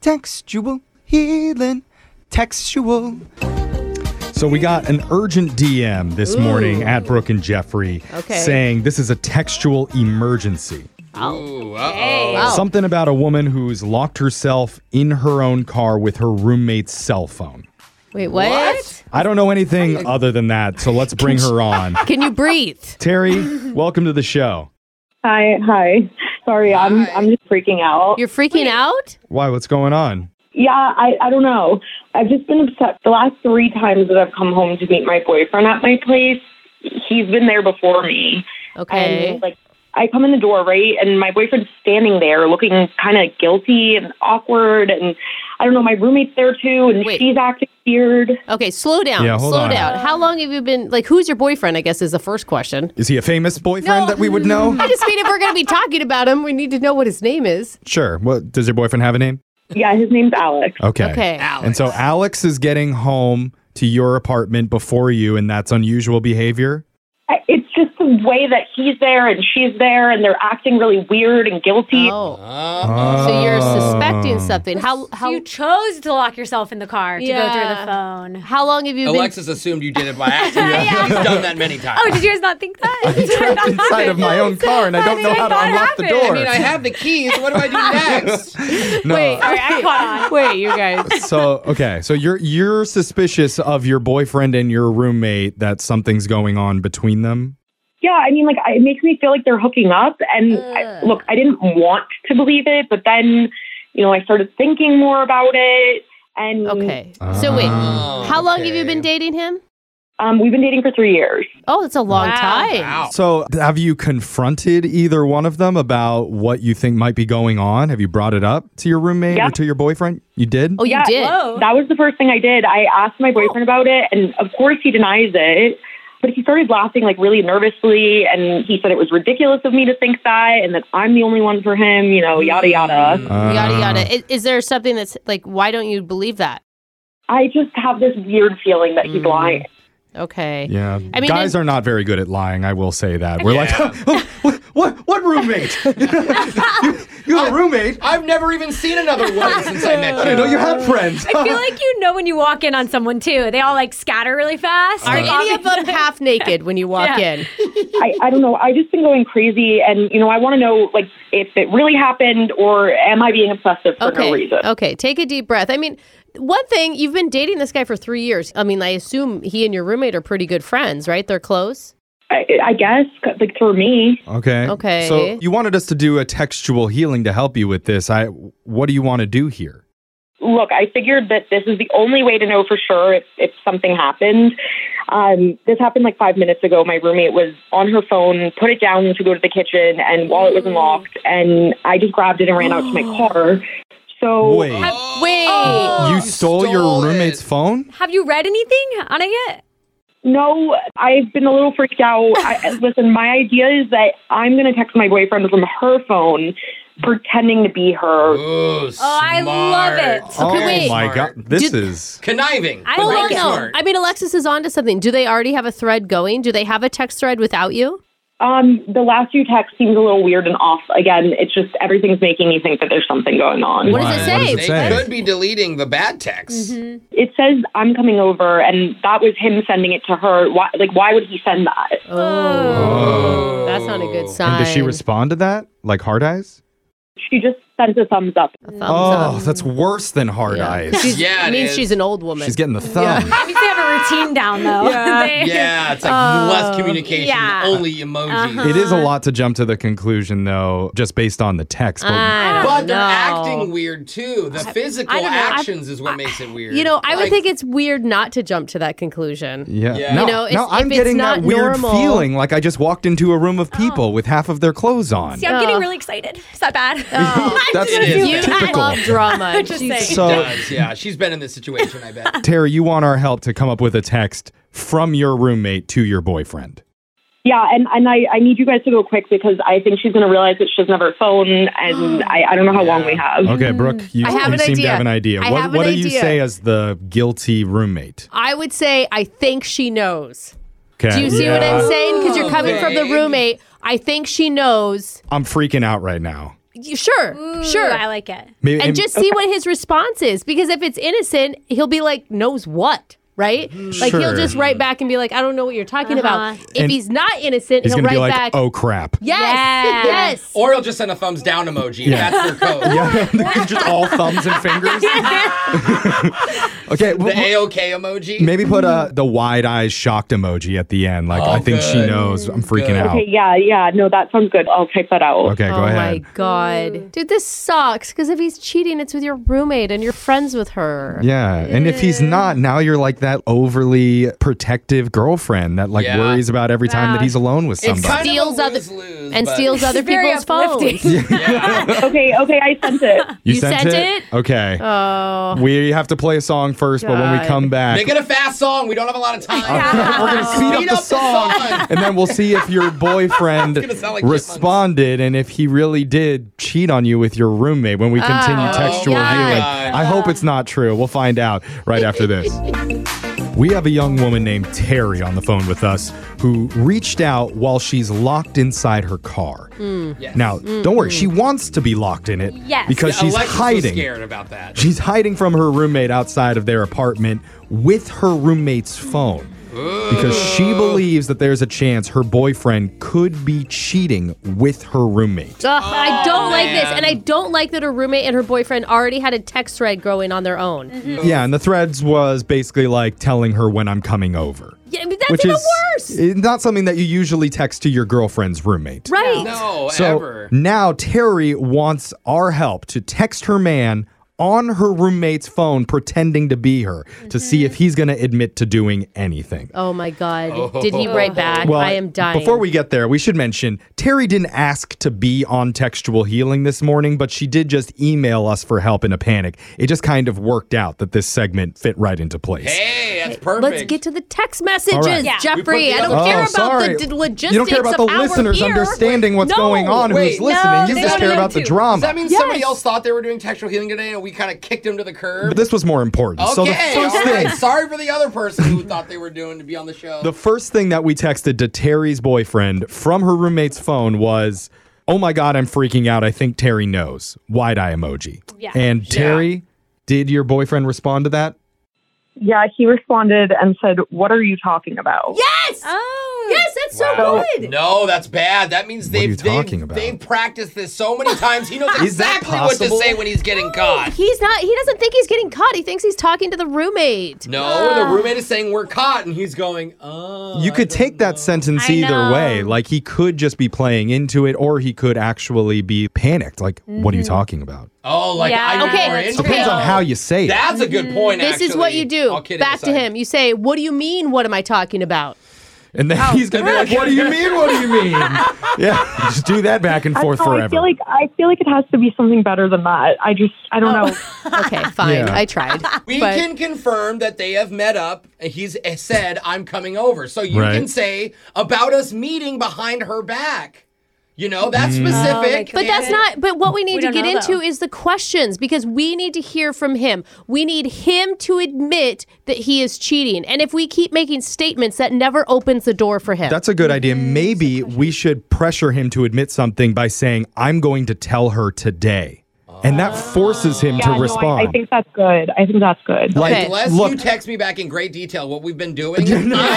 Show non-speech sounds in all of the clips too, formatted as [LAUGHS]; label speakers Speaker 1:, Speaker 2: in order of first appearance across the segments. Speaker 1: Textual healing. Textual.
Speaker 2: So we got an urgent DM this morning at Brooke and Jeffrey
Speaker 3: Okay. Oh.
Speaker 2: saying this is a textual emergency.
Speaker 4: Ooh, uh
Speaker 3: Wow.
Speaker 2: Something about a woman who's locked herself in her own car with her roommate's cell phone.
Speaker 3: Wait, what?
Speaker 2: I don't know anything other than that, so let's bring her
Speaker 3: [LAUGHS]
Speaker 2: on.
Speaker 3: Can you breathe?
Speaker 2: Terry, welcome to the show.
Speaker 5: Hi, hi. Sorry, I'm I'm just freaking out.
Speaker 3: You're freaking out?
Speaker 2: Why, what's going on?
Speaker 5: yeah, I I don't know. I've just been upset the last three times that I've come home to meet my boyfriend at my place. He's been there before me,
Speaker 3: Okay.
Speaker 5: and like I come in the door right, and my boyfriend's standing there looking kind of guilty and awkward, and I don't know. My roommate's there too, and
Speaker 3: Wait.
Speaker 5: she's acting weird.
Speaker 3: okay, slow down.
Speaker 2: Yeah, hold
Speaker 3: slow
Speaker 2: on.
Speaker 3: down. How long have you been like who's your boyfriend? I guess is the first question.
Speaker 2: Is he a famous boyfriend that we would
Speaker 3: [LAUGHS]
Speaker 2: know?
Speaker 3: I just mean if we're gonna be talking about him, we need to know what his name is.
Speaker 2: Sure. What does your boyfriend have a name?
Speaker 5: Yeah, his name's Alex.
Speaker 2: Okay.
Speaker 3: Okay.
Speaker 2: And so Alex is getting home to your apartment before you, and that's unusual behavior.
Speaker 5: I- It's just the way that he's there and she's there, and they're acting really weird and guilty.
Speaker 3: Oh.
Speaker 2: Oh.
Speaker 3: So you're suspecting something. How
Speaker 6: So
Speaker 3: how
Speaker 6: you chose to lock yourself in the car to go through
Speaker 3: Yeah.
Speaker 6: the phone.
Speaker 3: how long have you [LAUGHS]
Speaker 4: Alexis assumed you did it by accident. He's done that many times.
Speaker 6: Oh, did you guys not think that?
Speaker 2: [LAUGHS]
Speaker 6: I'm
Speaker 2: trapped inside of my own car and I don't know how to unlock the door.
Speaker 4: I mean, I have the keys. What do I
Speaker 2: [LAUGHS]
Speaker 4: do next?
Speaker 2: No.
Speaker 6: Sorry, I caught on.
Speaker 3: been Wait, you
Speaker 6: [LAUGHS]
Speaker 3: guys.
Speaker 2: so okay, so you're you're suspicious of your boyfriend and your roommate that something's going on between them.
Speaker 5: Yeah, I mean, like, I- it makes me feel like they're hooking up. And I, look, I didn't want to believe it, but then, you know, I started thinking more about it. And
Speaker 3: Okay. So wait.
Speaker 6: Oh,
Speaker 2: Ah.
Speaker 3: How long have you
Speaker 4: Oh, Okay.
Speaker 3: been dating him?
Speaker 5: um, we've been dating for three years.
Speaker 3: Oh, it's a long
Speaker 6: Wow.
Speaker 3: time.
Speaker 4: Wow.
Speaker 2: So have you confronted either one of them about what you think might be going on? Have you brought it up to your roommate
Speaker 5: Yeah.
Speaker 2: or to your boyfriend? You did.
Speaker 3: Oh, you
Speaker 5: Yeah,
Speaker 3: did.
Speaker 6: Whoa.
Speaker 5: That was the first thing I did. I asked my boyfriend about it, and of course, he denies it. But he started laughing, like, really nervously. And he said it was ridiculous of me to think that, and that I'm the only one for him, you know, yada, yada.
Speaker 2: Uh,
Speaker 3: Yada yada. Is, is there something that's like? Why don't you believe that?
Speaker 5: I just have this weird feeling that he's lying.
Speaker 3: Okay.
Speaker 2: Yeah,
Speaker 3: I mean,
Speaker 2: guys
Speaker 3: I-
Speaker 2: are not very good at lying. I will say that we're like,
Speaker 4: Yeah.
Speaker 2: [LAUGHS] "Oh, what, what, what roommate? [LAUGHS] you, you have a roommate?
Speaker 4: I've never even seen another one since I met
Speaker 2: I [LAUGHS] didn't know you had friends.
Speaker 6: I feel like you know when you walk in on someone too. They all like scatter really fast.
Speaker 3: Are
Speaker 6: Like,
Speaker 3: any of them half naked when you walk
Speaker 6: Yeah.
Speaker 3: in?
Speaker 5: I, I don't know. I just been going crazy, and you know, I want to know like if it really happened or am I being obsessive for
Speaker 3: Okay. Oh.
Speaker 5: no reason?
Speaker 3: Okay. Take a deep breath. I mean, one thing you've been dating this guy for three years. I mean, I assume he and your roommate are pretty good friends, right? They're close.
Speaker 5: I, I guess like for me,
Speaker 2: [LAUGHS] Okay.
Speaker 3: Okay.
Speaker 2: So you wanted us to do a textual healing to help you with this. I. What do you want to do here?
Speaker 5: look, I figured that this is the only way to know for sure if, if something happened. Um, this happened like five minutes ago. My roommate was on her phone, put it down to go to the kitchen, and while it was unlocked, and I just grabbed it and ran out to my car. So
Speaker 2: Wait.
Speaker 3: Wait.
Speaker 6: Oh.
Speaker 2: you stole, your roommate's phone?
Speaker 6: Have you read anything on it yet?
Speaker 5: No, I've been a little freaked out. I, listen, my idea is that I'm going to text my boyfriend from her phone, pretending to be her.
Speaker 4: Oh,
Speaker 6: I love it.
Speaker 3: Okay,
Speaker 2: oh
Speaker 3: wait.
Speaker 2: my god. This is
Speaker 4: Conniving.
Speaker 6: I
Speaker 3: Hold
Speaker 6: like
Speaker 3: on,
Speaker 6: it.
Speaker 3: though. I mean, Alexis is onto something. Do they already have a thread going? Do they have a text thread without you?
Speaker 5: Um, the last few texts seems a little weird and off. Again, it's just everything's making me think that there's something going on.
Speaker 3: What does it
Speaker 2: Why? What does
Speaker 3: say?
Speaker 4: They
Speaker 2: say?
Speaker 4: could be deleting the bad text.
Speaker 5: It says I'm coming over, and that was him sending it to her. Why, like, why would he send that?
Speaker 3: Uh. Oh, that's not a good sign.
Speaker 2: And does she respond to that? Like hard eyes?
Speaker 5: She just sent a thumbs up.
Speaker 3: Thumbs
Speaker 2: oh,
Speaker 3: up.
Speaker 2: that's worse than hard
Speaker 3: Yeah.
Speaker 2: eyes.
Speaker 3: She's,
Speaker 4: Yeah,
Speaker 3: it
Speaker 4: it
Speaker 3: means
Speaker 4: is.
Speaker 3: she's an old woman.
Speaker 2: She's getting the thumb.
Speaker 6: I mean, they have a routine down though. [LAUGHS] Yeah.
Speaker 4: [LAUGHS] Yeah, it's like less communication,
Speaker 6: yeah.
Speaker 4: only emojis.
Speaker 2: It is a lot to jump to the conclusion though, just based on the text. But
Speaker 3: I don't
Speaker 4: But they're
Speaker 3: know.
Speaker 4: acting weird too. The physical
Speaker 6: I don't know.
Speaker 4: actions is what makes it weird.
Speaker 3: You know, I would
Speaker 4: Like,
Speaker 3: think it's weird not to jump to that conclusion.
Speaker 2: yeah.
Speaker 4: Yeah.
Speaker 2: No,
Speaker 3: know,
Speaker 4: You
Speaker 2: no,
Speaker 3: if-
Speaker 2: I'm
Speaker 3: if it's
Speaker 2: getting that
Speaker 3: not
Speaker 2: weird
Speaker 3: normal-
Speaker 2: feeling like I just walked into a room of people with half of their clothes on.
Speaker 6: See, I'm getting really excited. Is that [LAUGHS] bad?
Speaker 2: [LAUGHS] That's
Speaker 4: It is
Speaker 3: You,
Speaker 4: bad.
Speaker 3: I love drama.
Speaker 6: Just [LAUGHS]
Speaker 3: Jesus.
Speaker 6: saying.
Speaker 4: It
Speaker 2: So
Speaker 4: does, yeah, she's been in this situation. I bet.
Speaker 2: Terry, you want our help to come up with a text from your roommate to your boyfriend.
Speaker 5: Yeah, and and I, I need you guys to go quick because I think she's going to realize that she doesn't have her phone, and I, I don't know how long we have.
Speaker 2: Okay, Brooke, you,
Speaker 3: Mm. I have
Speaker 2: you
Speaker 3: an
Speaker 2: seem
Speaker 3: idea.
Speaker 2: to have an idea.
Speaker 3: I
Speaker 2: what
Speaker 3: have an
Speaker 2: what do you
Speaker 3: idea.
Speaker 2: say as the guilty roommate?
Speaker 3: I would say I think she knows.
Speaker 2: Okay.
Speaker 3: Do you see what I'm saying? Because you're coming from the
Speaker 4: Vague.
Speaker 3: roommate. I think she knows.
Speaker 2: I'm freaking out right now.
Speaker 3: You- Sure, sure.
Speaker 6: Ooh, I like it.
Speaker 2: Maybe,
Speaker 3: and just see what his response is because if it's innocent, he'll be like knows what. Right, like
Speaker 2: Sure.
Speaker 3: he'll just write back and be like, "I don't know what you're talking about."
Speaker 6: Mm-hmm. Uh-huh.
Speaker 3: If
Speaker 2: And
Speaker 3: he's not innocent,
Speaker 2: he's
Speaker 3: he'll
Speaker 2: gonna
Speaker 3: write
Speaker 2: be like,
Speaker 3: back,
Speaker 2: "Oh crap!" [LAUGHS]
Speaker 3: "Yes,
Speaker 6: Yeah.
Speaker 3: yes."
Speaker 4: Or he'll just send a thumbs down emoji. That's their
Speaker 2: [LAUGHS]
Speaker 4: code.
Speaker 2: just all thumbs and
Speaker 3: [LAUGHS]
Speaker 2: fingers. [LAUGHS] okay,
Speaker 4: The
Speaker 2: well,
Speaker 4: AOK emoji.
Speaker 2: maybe put uh, the wide eyes shocked emoji at the end. Like
Speaker 4: Oh,
Speaker 2: I think she
Speaker 4: good.
Speaker 2: knows. I'm freaking
Speaker 4: Good.
Speaker 2: out.
Speaker 5: Okay, yeah, yeah. No, that sounds good. I'll type that out.
Speaker 2: Okay, go
Speaker 3: oh
Speaker 2: ahead.
Speaker 3: my god, dude, this sucks. Because if he's cheating, it's with your roommate and you're friends with her.
Speaker 2: Yeah, and if he's not, now you're like that overly protective girlfriend that like
Speaker 4: Yeah.
Speaker 2: worries about every time that he's alone with
Speaker 4: it's
Speaker 2: somebody.
Speaker 4: kind
Speaker 3: Steals
Speaker 4: of a
Speaker 3: other-
Speaker 4: lose, lose,
Speaker 3: and steals other
Speaker 6: Very
Speaker 3: people's
Speaker 6: uplifting.
Speaker 3: phones.
Speaker 5: Okay, okay, I sent it.
Speaker 2: you,
Speaker 3: you
Speaker 2: sent,
Speaker 3: sent
Speaker 2: it? Okay.
Speaker 3: Oh,
Speaker 2: we have to play a song first, but when we
Speaker 3: God.
Speaker 2: come back,
Speaker 4: Make it a fast song. We don't have a lot of time.
Speaker 2: Uh, we're gonna speed,
Speaker 4: Speed
Speaker 2: up,
Speaker 4: up the
Speaker 2: the song, [LAUGHS]
Speaker 4: song.
Speaker 2: and then we'll see if
Speaker 4: [LAUGHS]
Speaker 2: your boyfriend
Speaker 4: gonna sound like
Speaker 2: responded and if he really did cheat on you with your roommate. When we continue
Speaker 3: Oh,
Speaker 2: textual
Speaker 3: God.
Speaker 2: healing, I hope it's not true. We'll find out right after this. We have a young woman named Terry on the phone with us who reached out while she's locked inside her car.
Speaker 4: Yes.
Speaker 2: Now, don't worry, she wants to be locked in it
Speaker 6: Yes.
Speaker 2: because she's
Speaker 4: Alexis was
Speaker 2: hiding.
Speaker 4: scared about that.
Speaker 2: She's hiding from her roommate outside of their apartment with her roommate's phone because she believes that there's a chance her boyfriend could be cheating with her roommate.
Speaker 3: Ugh, I don't like this,
Speaker 4: Oh, man.
Speaker 3: and I don't like that her roommate and her boyfriend already had a text thread going on their own.
Speaker 4: Mm-hmm.
Speaker 2: Yeah, and the threads was basically like telling her when I'm coming over.
Speaker 3: Yeah, but that's
Speaker 2: Which
Speaker 3: even
Speaker 2: is
Speaker 3: worse,
Speaker 2: is not something that you usually text to your girlfriend's roommate.
Speaker 3: right?
Speaker 4: no,
Speaker 2: So
Speaker 4: Oh, ever.
Speaker 2: now Terry wants our help to text her man on her roommate's phone pretending to be her to
Speaker 3: Mm-hmm.
Speaker 2: see if he's going to admit to doing anything.
Speaker 3: Oh my god, did he write back? I am dying.
Speaker 2: Before we get there, we should mention Terry didn't ask to be on textual healing this morning, but she did just email us for help in a panic. It just kind of worked out that this segment fit right into place.
Speaker 4: Hey, that's perfect.
Speaker 3: Let's get to the text messages,
Speaker 2: right.
Speaker 6: Yeah.
Speaker 3: Jeffrey.
Speaker 4: We put the
Speaker 3: I don't
Speaker 4: other-
Speaker 3: care
Speaker 2: Oh,
Speaker 3: about
Speaker 2: sorry.
Speaker 3: the d- logistics
Speaker 2: you don't care about the
Speaker 3: of our
Speaker 2: listeners
Speaker 3: here.
Speaker 2: understanding what's
Speaker 3: No.
Speaker 2: going on,
Speaker 4: Wait,
Speaker 2: who's listening.
Speaker 6: no,
Speaker 2: you
Speaker 6: they
Speaker 2: just
Speaker 6: don't
Speaker 2: care
Speaker 6: know
Speaker 2: about the
Speaker 6: too.
Speaker 2: drama.
Speaker 4: Does that mean
Speaker 3: Yes.
Speaker 4: somebody else thought they were doing textual healing today and we kind of kicked them to the curb?
Speaker 2: but this was more important.
Speaker 4: okay,
Speaker 2: so the first
Speaker 4: all
Speaker 2: thing
Speaker 4: right. Sorry for the other person who thought they were doing to be on the show.
Speaker 2: The first thing that we texted to Terry's boyfriend from her roommate's phone was, "Oh my god, I'm freaking out. I think Terry knows." Wide eye emoji.
Speaker 6: Yeah.
Speaker 2: And Terry, did your boyfriend respond to that?
Speaker 5: [LAUGHS] Yeah, he responded and said, What are you talking about?
Speaker 3: Yes,
Speaker 6: Oh.
Speaker 3: yes, that's
Speaker 4: Wow.
Speaker 3: so good.
Speaker 4: No, that's bad. That means
Speaker 2: are you
Speaker 4: they've
Speaker 2: talking
Speaker 4: they've,
Speaker 2: about?
Speaker 4: they've practiced this so many times. He knows
Speaker 2: [LAUGHS] Is that
Speaker 4: exactly what to
Speaker 2: possible?
Speaker 4: say when he's getting caught.
Speaker 3: He's not. He doesn't think he's getting caught. He thinks he's talking to the roommate.
Speaker 4: No,
Speaker 3: Oh.
Speaker 4: the roommate is saying we're caught, and he's going, "Oh."
Speaker 2: You could take that sentence
Speaker 6: Uh, I
Speaker 2: either
Speaker 6: know.
Speaker 2: way. Like he could just be playing into it, or he could actually be panicked. Like, what are
Speaker 6: Mm-hmm.
Speaker 2: you talking about?
Speaker 4: Oh, like
Speaker 6: Yeah.
Speaker 4: I know
Speaker 3: Okay,
Speaker 4: we're in
Speaker 3: so
Speaker 2: Depends
Speaker 4: jail.
Speaker 2: on how you say it.
Speaker 4: That's a good point.
Speaker 3: This is what
Speaker 4: actually.
Speaker 3: you do.
Speaker 4: I'll kid it
Speaker 3: Back to
Speaker 4: aside.
Speaker 3: him. You say, "What do you mean? What am I talking about?"
Speaker 2: And then
Speaker 6: Oh.
Speaker 2: he's gonna be like, "What do you mean? What do you mean?"
Speaker 6: [LAUGHS]
Speaker 2: yeah, [LAUGHS] just do that back and forth
Speaker 5: No,
Speaker 2: forever.
Speaker 5: I feel like I feel like it has to be something better than that. I just I don't know.
Speaker 6: [LAUGHS]
Speaker 3: Okay, fine.
Speaker 2: Yeah.
Speaker 3: I tried.
Speaker 4: We
Speaker 3: but-
Speaker 4: can confirm that they have met up. and He's eh, said, I'm coming over. So you
Speaker 2: Right.
Speaker 4: can say about us meeting behind her back. You know, that's
Speaker 2: Mm.
Speaker 4: specific.
Speaker 3: Oh, But that's
Speaker 6: Yeah.
Speaker 3: not. But what we need
Speaker 6: We
Speaker 3: to
Speaker 6: don't
Speaker 3: get
Speaker 6: know,
Speaker 3: into
Speaker 6: though.
Speaker 3: is the questions because we need to hear from him. We need him to admit that he is cheating. And if we keep making statements, that never opens the door for him.
Speaker 2: That's a good idea. Maybe we should pressure him to admit something by saying, I'm going to tell her today. And that forces him [LAUGHS]
Speaker 5: Yeah,
Speaker 2: to
Speaker 5: no, I,
Speaker 2: respond.
Speaker 5: I think that's good. I think that's good.
Speaker 2: like,
Speaker 3: Okay.
Speaker 4: Unless
Speaker 2: look,
Speaker 4: you text me back in great detail what we've
Speaker 2: [LAUGHS]
Speaker 4: been doing,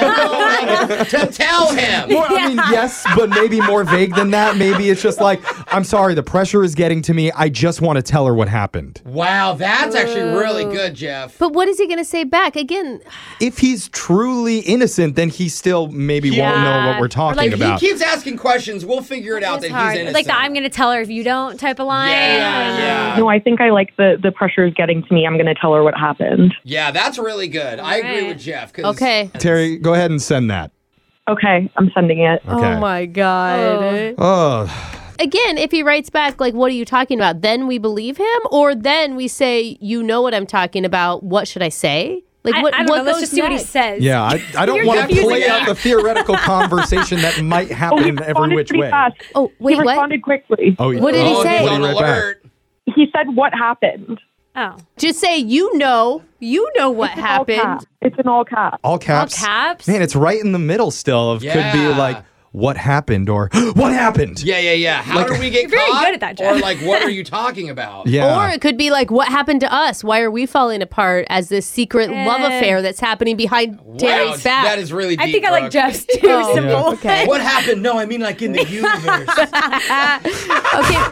Speaker 4: I'm going to [LAUGHS] tell him.
Speaker 2: more, I mean, yes, but maybe more vague than that. Maybe it's just like, I'm sorry, the pressure is getting to me. I just want to tell her what happened.
Speaker 4: Wow, that's actually really good, Jeff.
Speaker 3: but what is he going to say back? Again,
Speaker 2: If he's truly innocent, then he still maybe won't know what
Speaker 6: Yeah.
Speaker 2: we're talking
Speaker 6: Like, he
Speaker 2: about.
Speaker 4: He keeps asking questions. We'll figure it out that
Speaker 6: It's
Speaker 4: he's
Speaker 6: hard.
Speaker 4: innocent.
Speaker 6: Like the I'm gonna tell her if you don't type of line.
Speaker 4: Yeah, yeah.
Speaker 5: No, I think I like the the pressure is getting to me. I'm going to tell her what happened.
Speaker 4: Yeah, that's really good. I agree
Speaker 6: Alright.
Speaker 4: with Jeff. 'cause-
Speaker 3: okay.
Speaker 2: Terry, go ahead and send that.
Speaker 5: Okay, I'm sending it.
Speaker 2: Okay.
Speaker 3: Oh my god.
Speaker 2: Oh,
Speaker 3: Again, if he writes back like what are you talking about? Then we believe him or then we say you know what I'm talking about. What should I say? Like
Speaker 6: I,
Speaker 3: what
Speaker 6: I don't
Speaker 3: what
Speaker 6: know. Let's
Speaker 3: goes
Speaker 6: just see what he
Speaker 3: next?
Speaker 6: says.
Speaker 2: yeah. I, I don't
Speaker 6: You're
Speaker 2: want to
Speaker 4: confusing
Speaker 2: play
Speaker 4: me.
Speaker 2: out the theoretical conversation that might
Speaker 5: Oh,
Speaker 2: happen
Speaker 5: he
Speaker 2: in every
Speaker 5: responded
Speaker 2: which
Speaker 5: pretty
Speaker 2: way.
Speaker 5: fast.
Speaker 3: Oh, wait,
Speaker 5: he
Speaker 3: what?
Speaker 5: responded quickly.
Speaker 2: Oh, yeah.
Speaker 3: What did he
Speaker 4: Oh,
Speaker 3: say?
Speaker 4: he's
Speaker 2: What
Speaker 4: on
Speaker 2: did he write back?
Speaker 4: alert.
Speaker 5: He said, "What happened?"
Speaker 6: Oh.
Speaker 3: Just say you know. You know what
Speaker 5: All
Speaker 3: happened.
Speaker 5: caps. It's in all caps.
Speaker 2: All caps.
Speaker 6: caps?
Speaker 2: Man, it's right in the middle still of could be
Speaker 4: Yeah.
Speaker 2: like, what happened or [GASPS] what happened.
Speaker 4: Yeah, yeah, yeah. How do we get
Speaker 6: You're very
Speaker 4: caught?
Speaker 6: good at that,
Speaker 4: or
Speaker 6: Jeff.
Speaker 4: like, what are you talking about?
Speaker 2: Yeah.
Speaker 3: Or it could be like, what happened to us? Why are we falling apart as this secret love
Speaker 5: Eh.
Speaker 3: affair that's happening behind
Speaker 4: wow,
Speaker 3: Terry's back?
Speaker 4: that is really. Deep,
Speaker 6: I think I like
Speaker 4: Brooke.
Speaker 6: Jeff's [LAUGHS] too.
Speaker 3: Oh,
Speaker 6: simple.
Speaker 3: okay.
Speaker 6: [LAUGHS]
Speaker 4: What happened? No, I mean like in the universe.
Speaker 3: okay.
Speaker 4: [LAUGHS]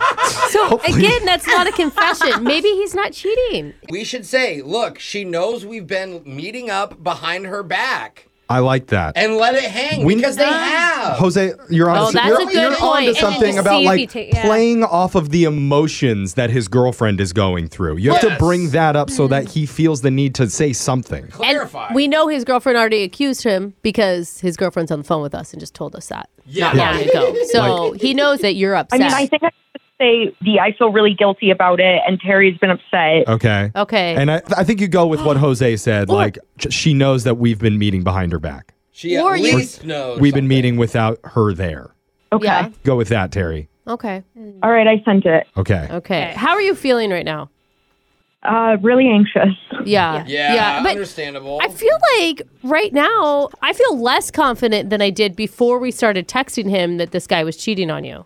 Speaker 3: So again, that's not a confession. Maybe he's not cheating.
Speaker 4: we should say, look, she knows we've been meeting up behind her back,
Speaker 2: I like that.
Speaker 4: and let it hang
Speaker 2: We-
Speaker 4: because they have.
Speaker 2: Jose, you're on.
Speaker 3: Oh, that's
Speaker 2: you're,
Speaker 3: a good
Speaker 2: you're
Speaker 3: point.
Speaker 2: onto
Speaker 3: And
Speaker 2: something
Speaker 6: just
Speaker 2: about
Speaker 6: see if
Speaker 2: like
Speaker 6: he ta- yeah.
Speaker 2: playing off of the emotions that his girlfriend is going through. You have to
Speaker 4: Yes.
Speaker 2: bring that up so
Speaker 3: Mm.
Speaker 2: that he feels the need to say something.
Speaker 4: Clarify.
Speaker 3: We know his girlfriend already accused him because his girlfriend's on the phone with us and just told us that
Speaker 4: Yeah.
Speaker 3: not long ago. So he knows that you're
Speaker 5: I
Speaker 3: upset.
Speaker 5: mean, I think I should say the I feel really guilty about it, and Terry's been upset.
Speaker 2: Okay.
Speaker 3: okay.
Speaker 2: And I, I think you go with
Speaker 3: [GASPS]
Speaker 2: what Jose said. like j- she knows that we've been meeting behind her back.
Speaker 4: she at
Speaker 3: Or you-
Speaker 4: least knows.
Speaker 2: We've been
Speaker 4: Oh, something.
Speaker 2: meeting without her there.
Speaker 5: Okay.
Speaker 3: Yeah.
Speaker 2: Go with that, Terry.
Speaker 3: Okay.
Speaker 5: All right, I sent it.
Speaker 2: Okay.
Speaker 3: Okay. How are you feeling right now?
Speaker 5: Uh, really anxious.
Speaker 3: Yeah.
Speaker 4: Yeah,
Speaker 3: But
Speaker 4: understandable.
Speaker 3: I feel like right now I feel less confident than I did before we started texting him that this guy was cheating on you.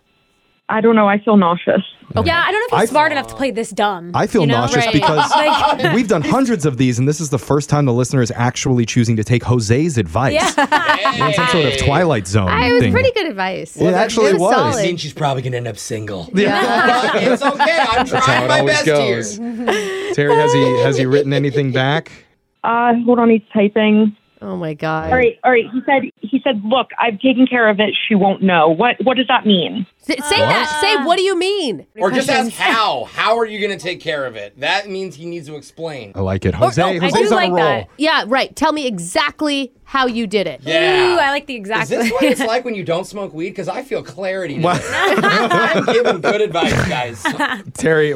Speaker 5: I don't know. I feel nauseous.
Speaker 6: Yeah, I don't know if he's
Speaker 2: I-
Speaker 6: smart enough to play this dumb.
Speaker 2: I feel
Speaker 6: you know?
Speaker 2: nauseous
Speaker 3: Right.
Speaker 2: because
Speaker 3: [LAUGHS]
Speaker 6: Like,
Speaker 2: we've done hundreds of these, and this is the first time the listener is actually choosing to take Jose's advice. We're in some sort of Twilight Zone
Speaker 3: It was
Speaker 2: thing.
Speaker 3: pretty good advice.
Speaker 2: It actually
Speaker 3: It was
Speaker 2: was.
Speaker 3: solid.
Speaker 4: means she's probably gonna end up single.
Speaker 2: [LAUGHS] Yeah.
Speaker 4: But it's okay. I'm
Speaker 2: how it
Speaker 4: trying my
Speaker 2: always
Speaker 4: best
Speaker 2: goes.
Speaker 3: Mm-hmm.
Speaker 4: here.
Speaker 2: Terry, has he has he written
Speaker 3: [LAUGHS]
Speaker 2: anything back?
Speaker 5: Uh, hold on, he's typing.
Speaker 3: Oh my god.
Speaker 5: All right, all right. He said, he said, look, I've taken care of it. She won't know. What, what does that mean?
Speaker 3: Say that. Say what do you mean?
Speaker 4: Or just ask how. How are you gonna take care of it? That means he needs to explain.
Speaker 2: I like it. Jose,
Speaker 3: oh, I
Speaker 2: Jose's on
Speaker 6: do like
Speaker 2: a roll.
Speaker 6: that.
Speaker 3: Yeah, right. Tell me exactly how you did it.
Speaker 4: Yeah.
Speaker 6: [LAUGHS] Ooh, I like the
Speaker 4: Is
Speaker 6: exact.
Speaker 4: this what it's like when you don't smoke weed? Because I feel clarity. today. I'm giving good advice, guys.
Speaker 3: [LAUGHS]
Speaker 2: Terry,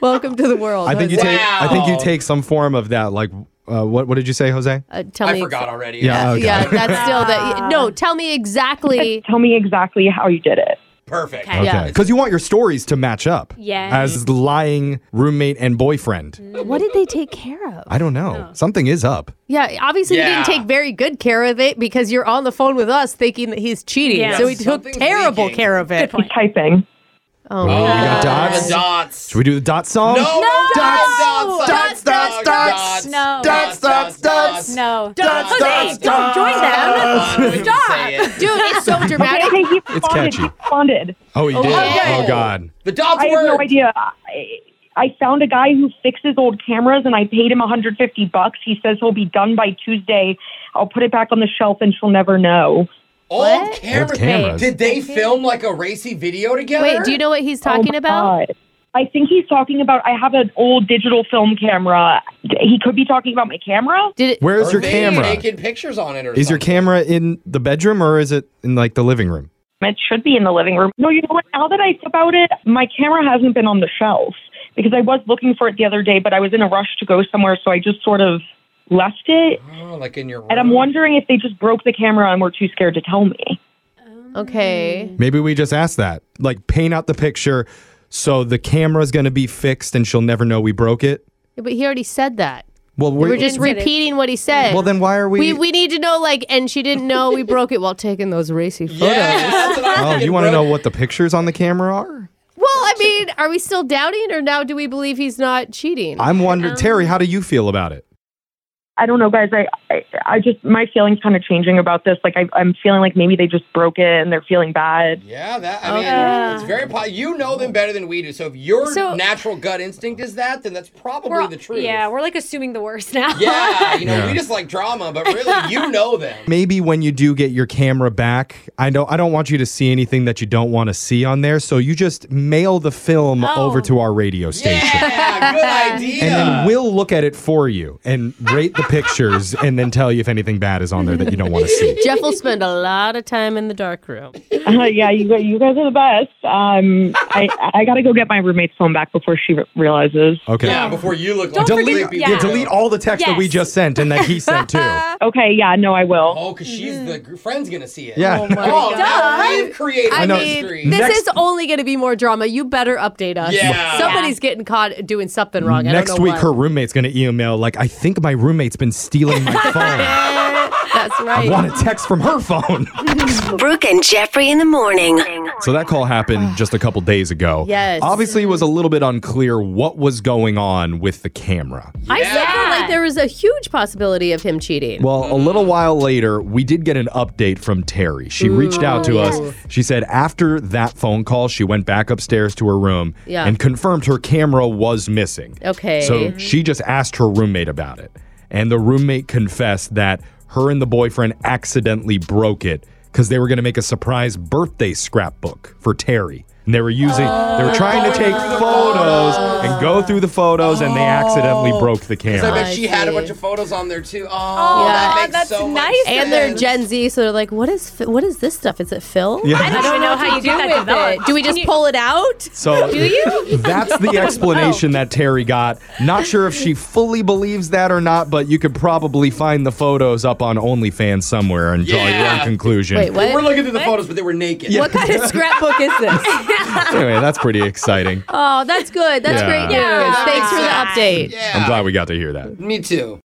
Speaker 3: Welcome to the world.
Speaker 2: I think you
Speaker 3: Jose.
Speaker 2: take I think you
Speaker 4: Wow.
Speaker 2: take some form of that. Like, uh, what what did you say, Jose?
Speaker 3: Uh, tell
Speaker 4: I
Speaker 3: me.
Speaker 4: forgot already.
Speaker 2: Yeah, Oh. okay.
Speaker 3: Yeah, that's still [LAUGHS] that. No, tell me exactly.
Speaker 5: Tell me exactly how you did it.
Speaker 4: Perfect.
Speaker 6: Okay.
Speaker 3: Yeah.
Speaker 2: Because you want your stories to match up.
Speaker 6: Yeah.
Speaker 2: As lying roommate and boyfriend.
Speaker 3: what did they take care of? Oh.
Speaker 2: I don't know. Something is up.
Speaker 3: Yeah, obviously you didn't
Speaker 4: Yeah.
Speaker 3: take very good care of it because you're on the phone with us thinking that he's cheating.
Speaker 6: Yeah.
Speaker 3: So he took
Speaker 4: Something's
Speaker 3: terrible
Speaker 4: leaking.
Speaker 3: care of it.
Speaker 6: point.
Speaker 5: Typing.
Speaker 3: Oh,
Speaker 2: Oh, we
Speaker 3: my
Speaker 2: got
Speaker 3: God.
Speaker 2: dots.
Speaker 4: The dots.
Speaker 2: Should we do the dot song?
Speaker 4: No, no,
Speaker 2: Dots, dots, dots, dots,
Speaker 6: No.
Speaker 2: dots, dots, dots.
Speaker 6: no.
Speaker 2: Dots,
Speaker 6: Jose,
Speaker 2: dots,
Speaker 6: don't join them.
Speaker 4: Stop.
Speaker 3: Dude, it's so
Speaker 5: Okay,
Speaker 3: dramatic.
Speaker 5: okay, [LAUGHS] he responded.
Speaker 2: catchy.
Speaker 5: He responded.
Speaker 2: Oh, he did.
Speaker 4: okay.
Speaker 2: Oh, God.
Speaker 4: The dots
Speaker 5: I have
Speaker 4: work.
Speaker 5: no idea. I, I found a guy who fixes old cameras and I paid him 150 bucks. He says he'll be done by Tuesday. I'll put it back on the shelf and she'll never know.
Speaker 4: Old cameras.
Speaker 2: Old cameras.
Speaker 4: Did they film like a racy video together?
Speaker 3: Wait, do you know what he's
Speaker 5: Oh
Speaker 3: talking
Speaker 5: my
Speaker 3: about?
Speaker 5: God. I think he's talking about I have an old digital film camera. He could be talking about my camera.
Speaker 3: Did it,
Speaker 2: Where is
Speaker 4: Are
Speaker 2: your
Speaker 4: they
Speaker 2: camera?
Speaker 4: Taking pictures on it or
Speaker 2: Is your
Speaker 4: something?
Speaker 2: camera in the bedroom or is it in like the living room?
Speaker 5: It should be in the living room. No, you know what? Now that I think about it, my camera hasn't been on the shelf because I was looking for it the other day, but I was in a rush to go somewhere, so I just sort of left it.
Speaker 4: Oh, like in your room.
Speaker 5: And I'm wondering if they just broke the camera and were too scared to tell me.
Speaker 3: okay.
Speaker 2: Maybe we just ask that. Like, paint out the picture so the camera's going to be fixed and she'll never know we broke it.
Speaker 3: Yeah, Mm. But he already said that.
Speaker 2: Well, we're,
Speaker 3: We're just
Speaker 6: Didn't get it.
Speaker 3: repeating what he said.
Speaker 2: Well, then why are we?
Speaker 3: we we need to know like, and she didn't know we broke it while taking those racy photos.
Speaker 4: Yeah, that's what I'm
Speaker 2: oh,
Speaker 4: thinking,
Speaker 2: you want to
Speaker 4: bro.
Speaker 2: know what the pictures on the camera are?
Speaker 3: Well, I mean, are we still doubting, or now do we believe he's not cheating?
Speaker 2: I'm wondering, Terry, how do you feel about it?
Speaker 5: I don't know, guys. I, I, I just my feelings kind of changing about this. Like I, I'm feeling like maybe they just broke it and they're feeling bad.
Speaker 4: Yeah, that I mean,
Speaker 3: Okay.
Speaker 4: it's very po- You know them better than we do. So if your
Speaker 3: So-
Speaker 4: natural gut instinct is that, then that's probably
Speaker 6: We're-
Speaker 4: the truth.
Speaker 6: Yeah, we're like assuming the worst now.
Speaker 4: yeah. You know,
Speaker 2: Yeah.
Speaker 4: we just like drama, but really, you know
Speaker 2: [LAUGHS]
Speaker 4: them.
Speaker 2: Maybe when you do get your camera back, I know I don't want you to see anything that you don't want to see on there, so you just mail the film
Speaker 6: Oh.
Speaker 2: over to our radio station.
Speaker 3: [LAUGHS]
Speaker 4: Yeah, good idea.
Speaker 2: And then we'll look at it for you and rate the pictures and then tell you if anything bad is on there that you don't want to see.
Speaker 3: Jeff will spend a lot of time in the dark room.
Speaker 5: Uh, yeah, you, you guys are the best. Um, I, I got to go get my roommate's phone back before she re- realizes.
Speaker 2: Okay.
Speaker 4: yeah, before you look like
Speaker 2: Delete,
Speaker 4: a creepy
Speaker 2: yeah.
Speaker 4: weirdo.
Speaker 2: delete all the text that we
Speaker 6: Yes.
Speaker 2: just sent and that he sent too. Yeah.
Speaker 5: Okay, yeah, no, I will.
Speaker 4: Oh, because she's the gr- friend's gonna see it.
Speaker 3: my
Speaker 4: Oh, now we've created
Speaker 3: I
Speaker 2: know.
Speaker 3: mean,
Speaker 4: mystery.
Speaker 3: this
Speaker 2: Next-
Speaker 3: is only going to be more drama. You better update us.
Speaker 4: Yeah.
Speaker 3: Somebody's getting caught doing something wrong. I
Speaker 2: Next
Speaker 3: don't know
Speaker 2: week,
Speaker 3: what.
Speaker 2: her roommate's going to email, like, I think my roommate's been stealing my phone.
Speaker 3: That's
Speaker 2: I
Speaker 3: right.
Speaker 2: want a text from her phone.
Speaker 7: [LAUGHS] Brooke and Jeffrey in the morning.
Speaker 2: so that call happened just a couple days ago.
Speaker 3: Yes.
Speaker 2: Obviously, it was a little bit unclear what was going on with the camera.
Speaker 3: I still feel
Speaker 6: Yeah.
Speaker 3: like there was a huge possibility of him cheating.
Speaker 2: Well, a little while later, we did get an update from Terry. She reached out to us. She said after that phone call, she went back upstairs to her room
Speaker 3: Yeah.
Speaker 2: and confirmed her camera was missing.
Speaker 3: Okay.
Speaker 2: So she just asked her roommate about it. And the roommate confessed that her and the boyfriend accidentally broke it because they were going to make a surprise birthday scrapbook for Terry. And they were using, they were trying to take photos and go through the photos, and they accidentally broke the
Speaker 4: I
Speaker 2: camera.
Speaker 4: bet
Speaker 3: I
Speaker 4: she had a
Speaker 3: see.
Speaker 4: bunch of photos on there too. Oh,
Speaker 3: Yeah.
Speaker 4: that makes
Speaker 6: that's
Speaker 4: so much
Speaker 6: nice.
Speaker 4: sense.
Speaker 3: and they're Gen Z, so they're like, "What is fi- what is this stuff? Is it Phil?
Speaker 2: Yeah.
Speaker 6: [LAUGHS] I don't know how you get that developed.
Speaker 3: Do we just pull it
Speaker 6: [LAUGHS]
Speaker 3: out?
Speaker 2: So [LAUGHS] that's the explanation that Terry got. Not sure if she fully believes that or not, but you could probably find the photos up on OnlyFans somewhere and draw your own
Speaker 4: Yeah.
Speaker 2: conclusion.
Speaker 3: Wait, what?
Speaker 4: We're looking through the photos, but they were naked.
Speaker 3: What kind of scrapbook is this?
Speaker 2: Anyway, that's pretty exciting.
Speaker 3: [LAUGHS] Oh, that's good. That's
Speaker 2: Yeah.
Speaker 3: great news.
Speaker 6: Yeah.
Speaker 3: Thanks for the
Speaker 6: Yeah.
Speaker 3: update.
Speaker 4: Yeah.
Speaker 2: I'm glad we got to hear that.
Speaker 4: Me too.